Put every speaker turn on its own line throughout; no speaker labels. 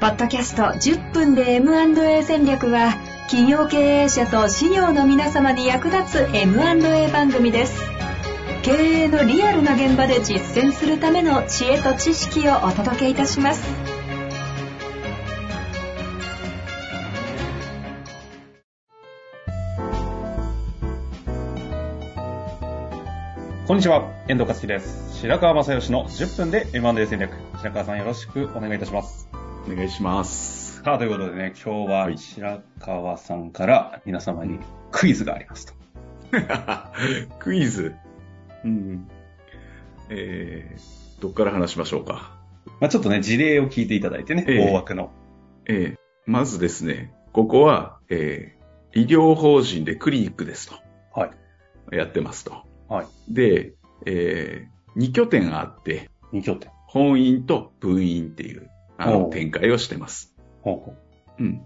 ポッドキャスト10分で M&A 戦略は企業経営者と事業の皆様に役立つ M&A 番組です経営のリアルな現場で実践するための知恵と知識をお届けいたします
こんにちは、遠藤克樹です。白川正義の10分で M&A 戦略。白川さんよろしくお願いいたします。
お願いします。
さあ、ということでね、今日
は
はい白川さんから皆様にクイズがありますと。
クイズ。
うん。
えー、どっから話しましょうか。
まあちょっとね、事例を聞いていただいてね、
ええ
大枠の。
えー、まずですね、ここは、えー、医療法人でクリニックですと。
はい。
やってますと。
はい。
で、えー、2拠点あって、
二拠点。
本院と分院っていう、あ
お
の、
う
展開をしてます。
ほうほ
うん。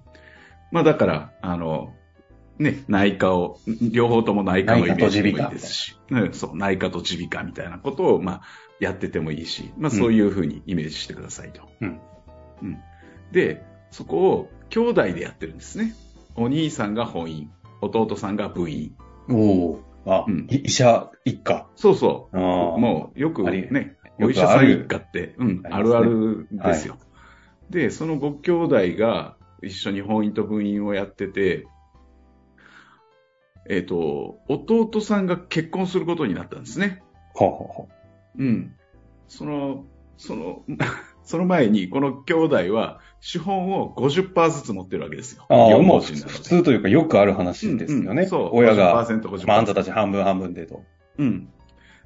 まあだから、あの、ね、内科を、両方とも内科のイメージでもいいですし、うん、そう、内科と耳鼻科みたいなことを、まあ、やっててもいいし、まあそういうふうにイメージしてくださいと。
うん。
うん。で、そこを兄弟でやってるんですね。お兄さんが本院、弟さんが部員。
う。おお。あ、
うん
い医者一家。
そうそ
ああ。
う。もうよく
あり
ね、
よ
お
く
医者さん一家って、うん、
あ
あ
りますね
るあるですよ。で、そのご兄弟が一緒に本院と分院をやってて、えっ、と、弟さんが結婚することになったんですね。
ほうほうほ
うん。その、その、 その前に、この兄弟は、資本を50%ずつ持ってるわけですよ。
う。ああ、
両
もう
方
普
人なので
通というかよくある話ですよ
うんう
ね
ん。そう。
親が、
50%、50%。
まああんたたち半分半分でと。
うん。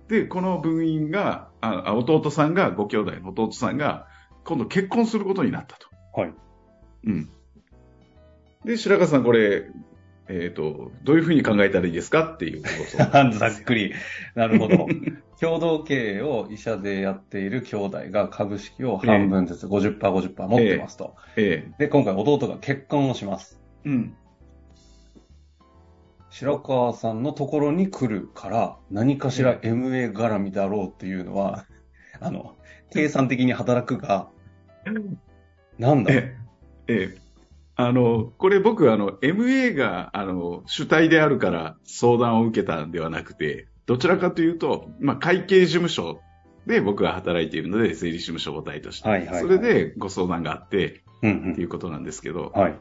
で、この部員が、ああ弟さんが、ご兄弟の弟さんが、今度結婚することになったと。
はい。
うん。で、白川さん、これ、えっ、と、どういうふうに考えたらいいですかっていう ご相
ざ
談
っくり。なるほど。共同経営を医者でやっている兄弟が株式を半分ずつ50%、50%持ってますと。
え
で、今回弟が結婚をします。
えうん。
白川さんのところに来るから、何かしら MA 絡みだろうっていうのは、あの、計算的に働くが、なんだ
ええ、ええ。あの、これ僕、あの、MA が、あの、主体であるから相談を受けたんではなくて、どちらかというと、まあ、会計事務所で僕が働いているので、整理事務所を母体として、
はいはいはい
それでご相談があって、
うん
っていうことなんですけど
うん。、はい。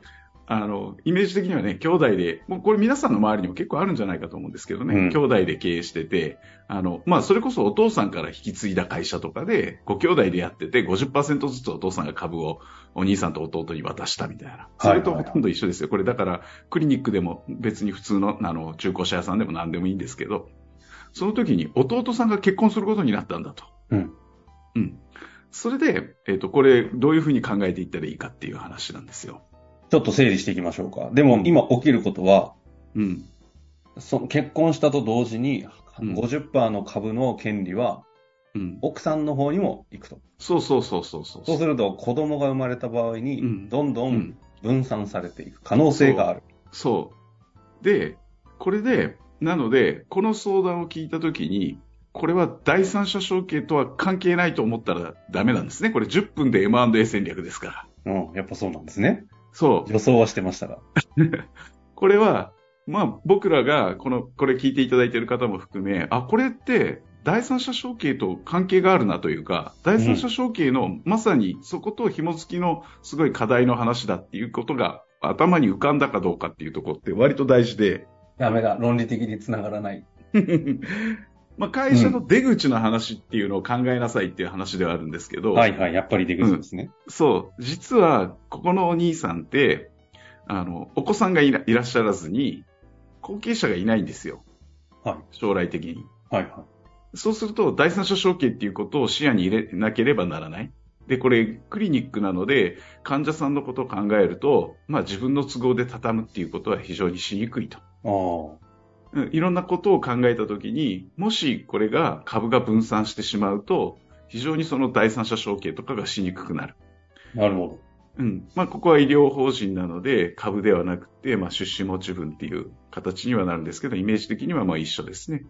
あの、イメージ的にはね、兄弟で、もうこれ皆さんの周りにも結構あるんじゃないかと思うんですけどね、
うん
兄弟で経営してて、あの、まあ、それこそお父さんから引き継いだ会社とかで、ご兄弟でやってて、50%ずつお父さんが株をお兄さんと弟に渡したみたいな。それとほとんど一緒ですよ。これだから、クリニックでも別に普通の、あの、中古車屋さんでも何でもいいんですけど、その時に弟さんが結婚することになったんだと。
うん。
うん。それで、えっ、と、これ、どういうふうに考えていったらいいかっていう話なんですよ。
ちょっと整理していきましょうか。でも、今起きることは、
うん。
その結婚したと同時に、
うん
50%の株の権利は、
うん。
奥さんの方にも行くと。
そうそうそうそうそう。
そうすると、子供が生まれた場合
う
に、
ん
どんど
うんん。
分散されていく可能性がある。
そう。で、これで、なので、この相談を聞いたときに、これは第三者承継とは関係ないと思ったらダメなんですね。これ10分で M&A 戦略ですから。
うん、やっぱそうなんですね。
そう。
予想はしてましたが。
これは、まあ僕らが、この、これ聞いていただいている方も含め、あ、これって、第三者承継と関係があるなというか、第三者承継のまさにそこと紐付きのすごい課題の話だっていうことが頭に浮かんだかどうかっていうところって割と大事で、
ダメだ、論理的につながらない。
まあ会社の出口の話っていうのを考えなさいっていう話ではあるんですけど、
はいはい、やっぱり出口ですね。
そう、実はここのお兄さんって、あの、お子さんがいらいらっしゃらずに、後継者がいないんですよ。
はい
将来的に。
はいは
そうすると、第三者承継っていうことを視野に入れなければならない。で、これ、クリニックなので、患者さんのことを考えると、まあ自分の都合で畳むっていうことは非常にしにくいと。
い。あ
うんいろんなことを考えたときに、もしこれが株が分散してしまうと、非常にその第三者承継とかがしにくくなる。
あ、なるほ
うん。まあ、ここは医療法人なので、株ではなくて、まあ、出資持ち分っていう形にはなるんですけど、イメージ的にはまあ一緒ですね。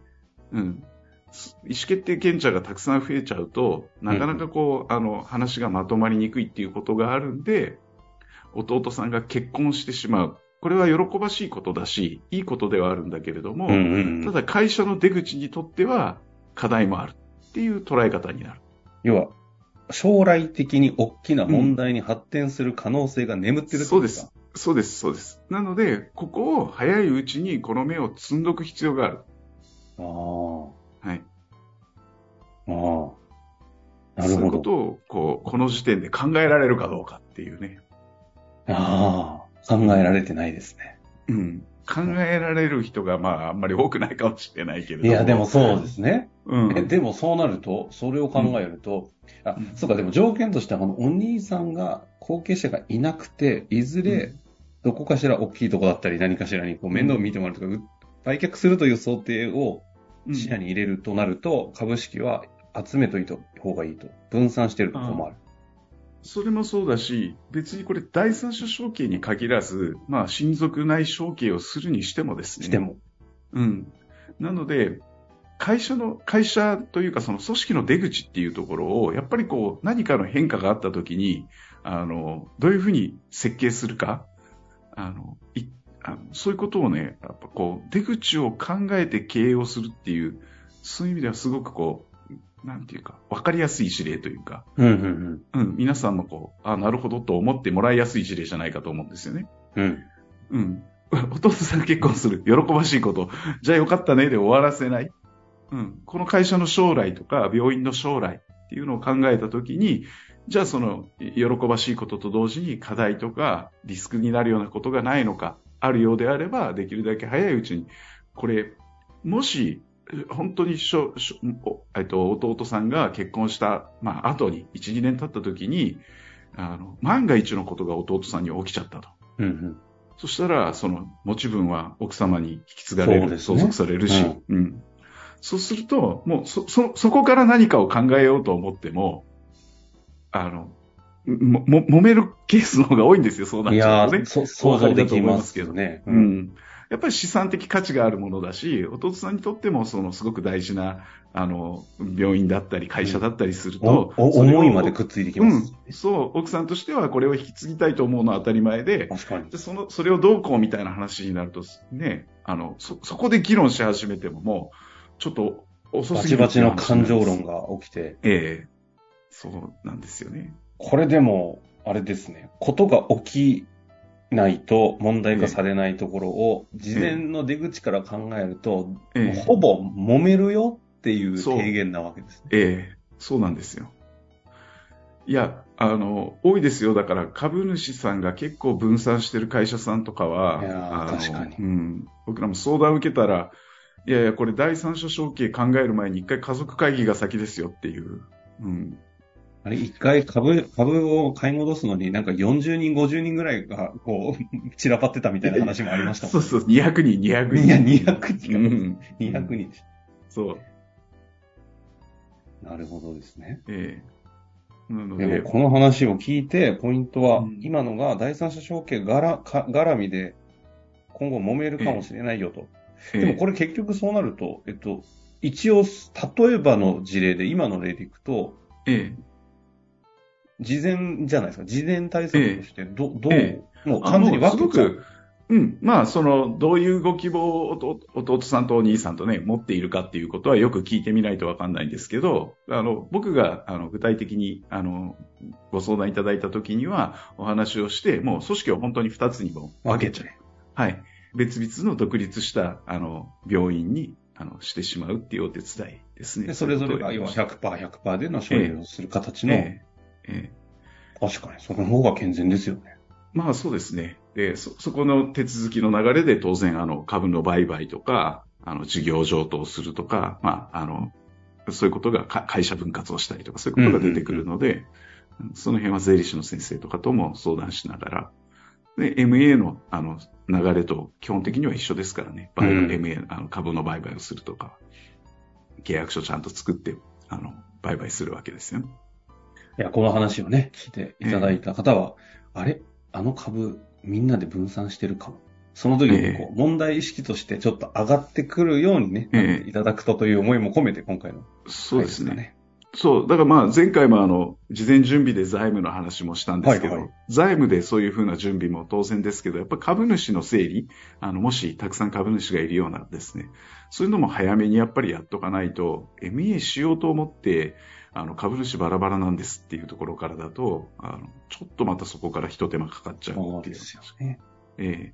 うん。す意思決定権者がたくさん増えちゃうと、なかなかこう、あの、話がまとまりにくいっていうことがあるんで、弟さんが結婚してしまう。これは喜ばしいことだし、いいことではあるんだけれども、
うんうんう
た
ん
だ会社の出口にとっては課題もあるっていう捉え方になる。
要は、将来的に大きな問題に発展する可能性が眠ってるって
そ
こ
う
と
で
か
す。。そうです、そうです。なので、ここを早いうちにこの目を積んどく必要がある。
あ
はい。
あ、ああ。なる
そういう
ほ
こ
ど。
とを、こう、この時点で考えられるかどうかっていうね。
ああ、考えられてないですね。
うん。考えられる人が、まあ、あんまり多くないかもしれないけれど
いや、でもそうですね。
うん。
えでもそうなると、それを考えると、あ
う、ん
そうか、でも条件としては、このお兄さんが、後継者がいなくて、いず
う
れ、どこかしら大きいとこだったり、何かしらにこう面倒を見てもらうとか、う売却するという想定を
うん
視野に入れるとなると、株式は集めといた方がいいと。分散してると困る。
それもそうだし、別にこれ第三者承継に限らず、まあ、親族内承継をするにしてもですね。
しても。
うん。なので、会社の、会社というかその組織の出口っていうところを、やっぱりこう何かの変化があった時に、あの、どういうふうに設計するか、あの、いあのそういうことをね、やっぱこう出口を考えて経営をするっていう、そういう意味ではすごくこう、なんていうか、わかりやすい事例というか、
うん、うん、
うん、皆さんもこう、あ、なるほどと思ってもらいやすい事例じゃないかと思うんですよね。
うん。うん。
うん。 お父さん結婚する。喜ばしいこと。じゃあよかったねで終わらせない。うん。この会社の将来とか、病院の将来っていうのを考えたときに、じゃあその、い喜ばしいことと同時に課題とか、リスクになるようなことがないのか、あるようであれば、できるだけ早いうちに、これ、もし、本当にしょ、しょおえっと、弟さんが結婚した、まあ、後に、1、2年経ったときに、あの、万が一のことが弟さんに起きちゃったと。
うん、うん。
そしたら、その持ち分は奥様に引き継がれ
そう
る、
です
相
ね
続されるし、うんそうすると、もうそ、そ、そこから何かを考えようと思っても、あの、も、も、揉めるケースの方が多いんですよ、そうなっ
い
ちゃ
や
うとね
ー、。そ想像できますけどね。
う。ん。やっぱり資産的価値があるものだし、弟さんにとっても、その、すごく大事な、あの、病院だったり、会社だったりする
お
と、
お
それを
思いまでくっついてきます。
うん。そう、奥さんとしてはこれを引き継ぎたいと思うのは当たり前で、
確かに。
で、その、それをどうこうみたいな話になると、ね、あの、そ、そこで議論し始めてももう、ちょっと遅
バ
す
チ
ぎ
バ
る
チの感情
っていう話
論
になるんです。
が起きて、
ええそうなんですよね。
これでも、あれですね、ことが起きないと問題化されないところを、事前の出口から考えると、
ええ
ほぼ揉めるよっていう
そう
提言なわけですね。
ええそうなんですよ。いや、あの、多いですよ。だから、株主さんが結構分散してる会社さんとかは、
いやー
あの
確かに
うん。僕らも相談受けたら、いやいや、これ第三者承継考える前に一回家族会議が先ですよっていう。うん。
あれ、一回株、株を買い戻すのに、なんか40人、50人ぐらいが、こう、 散らばってたみたいな話もありました
そ
も
うそう、200人、200
ん。
人。
いや、200
う
人か。
ん。
200人。
そう。
なるほどですね。
ええなの
で
で
も、、この話を聞いて、ポイントは、
うん
今のが第三者承継がらか絡みで、今後揉めるかもしれないよと。
え
で
え
もこれ結局そうなると、えっと、一応、例えばの事例で、今の例でいくと、
ええ
事前じゃないですか、事前対策としてど、ど
え
う、もう完全に
あ
分
もう
け
す
ちゃ
ご
う。
く、うん。まあ、その、どういうご希望を弟弟さんとお兄さんとね、持っているかっていうことはよく聞いてみないとわかんないんですけど、あの、僕が、あの、具体的に、あの、ご相談いただいた時には、お話をして、もう組織を本当に2つにも分けちゃう。
う。
はい。別々の独立した、あの、病院に、あの、してしまうっていうお手伝いですね。
で、それぞれ
そう
が
いう
要
こ
は
とをやりました
100%、100%での処理をする形の、
ええええ
確かに、その方が健全ですよね。
まあそうですね。で、そ、そこの手続きの流れで当然あの株の売買とか、あの事業譲渡をするとか、まああの、そういうことがか会社分割をしたりとかそういうことが出てくるので、その辺は税理士の先生とかとも相談しながら、で、MA のあの流れと基本的には一緒ですからね。売買
うん
MA、あの株の売買をするとか、契約書ちゃんと作って、あの、売買するわけですよね。
いや、この話をね、聞いていただいた方は、あれあの株、みんなで分散してるかも。その時にこう、問題意識としてちょっと上がってくるようにね、
ええ
なっていただくとという思いも込めて、今回の
そうですね。
ね。
そう、だからまあ前回もあの、事前準備で財務の話もしたんですけど、
はいはい
財務でそういうふうな準備も当然ですけど、やっぱ株主の整理、あの、もしたくさん株主がいるようなですね、そういうのも早めにやっぱりやっとかないと、MEA しようと思って、あの、株主バラバラなんですっていうところからだと、あの、ちょっとまたそこから一手間かかっちゃう
そ
っ
う
てい
で
う。
すよね。
ええ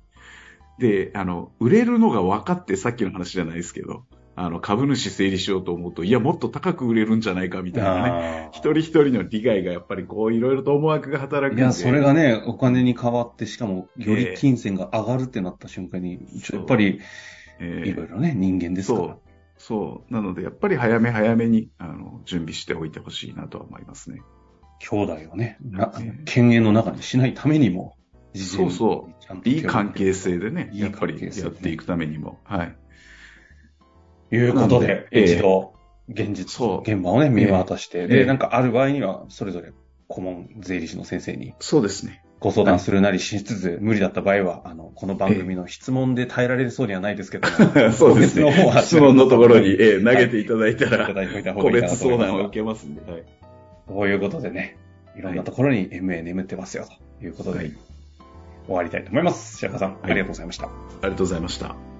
で、あの、売れるのが分かって、さっきの話じゃないですけど、あの、株主整理しようと思うと、いや、もっと高く売れるんじゃないかみたいな
あ
ね。一人一人の利害がやっぱりこういろいろと思惑が
ー
働くん
い
で。
や、それがね、お金に変わって、しかも、より金銭が上がるってなった瞬間に、ちょやっぱり、
ええ
いろいろね、人間ですか
そ
ら
う。。そう。なので、やっぱり早め早めに、あの、準備しておいてほしいなとは思いますね。
兄弟をね、な
ええ
犬猿の中にしないためにも、事前に
そうそう
ちゃんと
いい関係性でね、
いい
やっぱり
関係性
やっていくためにも。はい。
ということで、
ええ
一度、現実、
そう
現場をね、見渡して、
え
で、
え
なんかある場合には、それぞれ顧問税理士の先生に
そうですね。
ご相談するなりしつつ、無理だった場合は、あの、この番組の質問で耐えられそうにはないですけども、
そうで
個別
す
の方
ね。
は
質問のところに、ええ投げていただいた
いた
ら、
だいておいた方が
個
いいかな
別
と思
相
います
談を受けますんで。はい。
ということでね、いろんなところに MA 眠ってますよ、ということで、
はい
終わりたいと思います。白川さん、ありがとうございました。
ありがとうございました。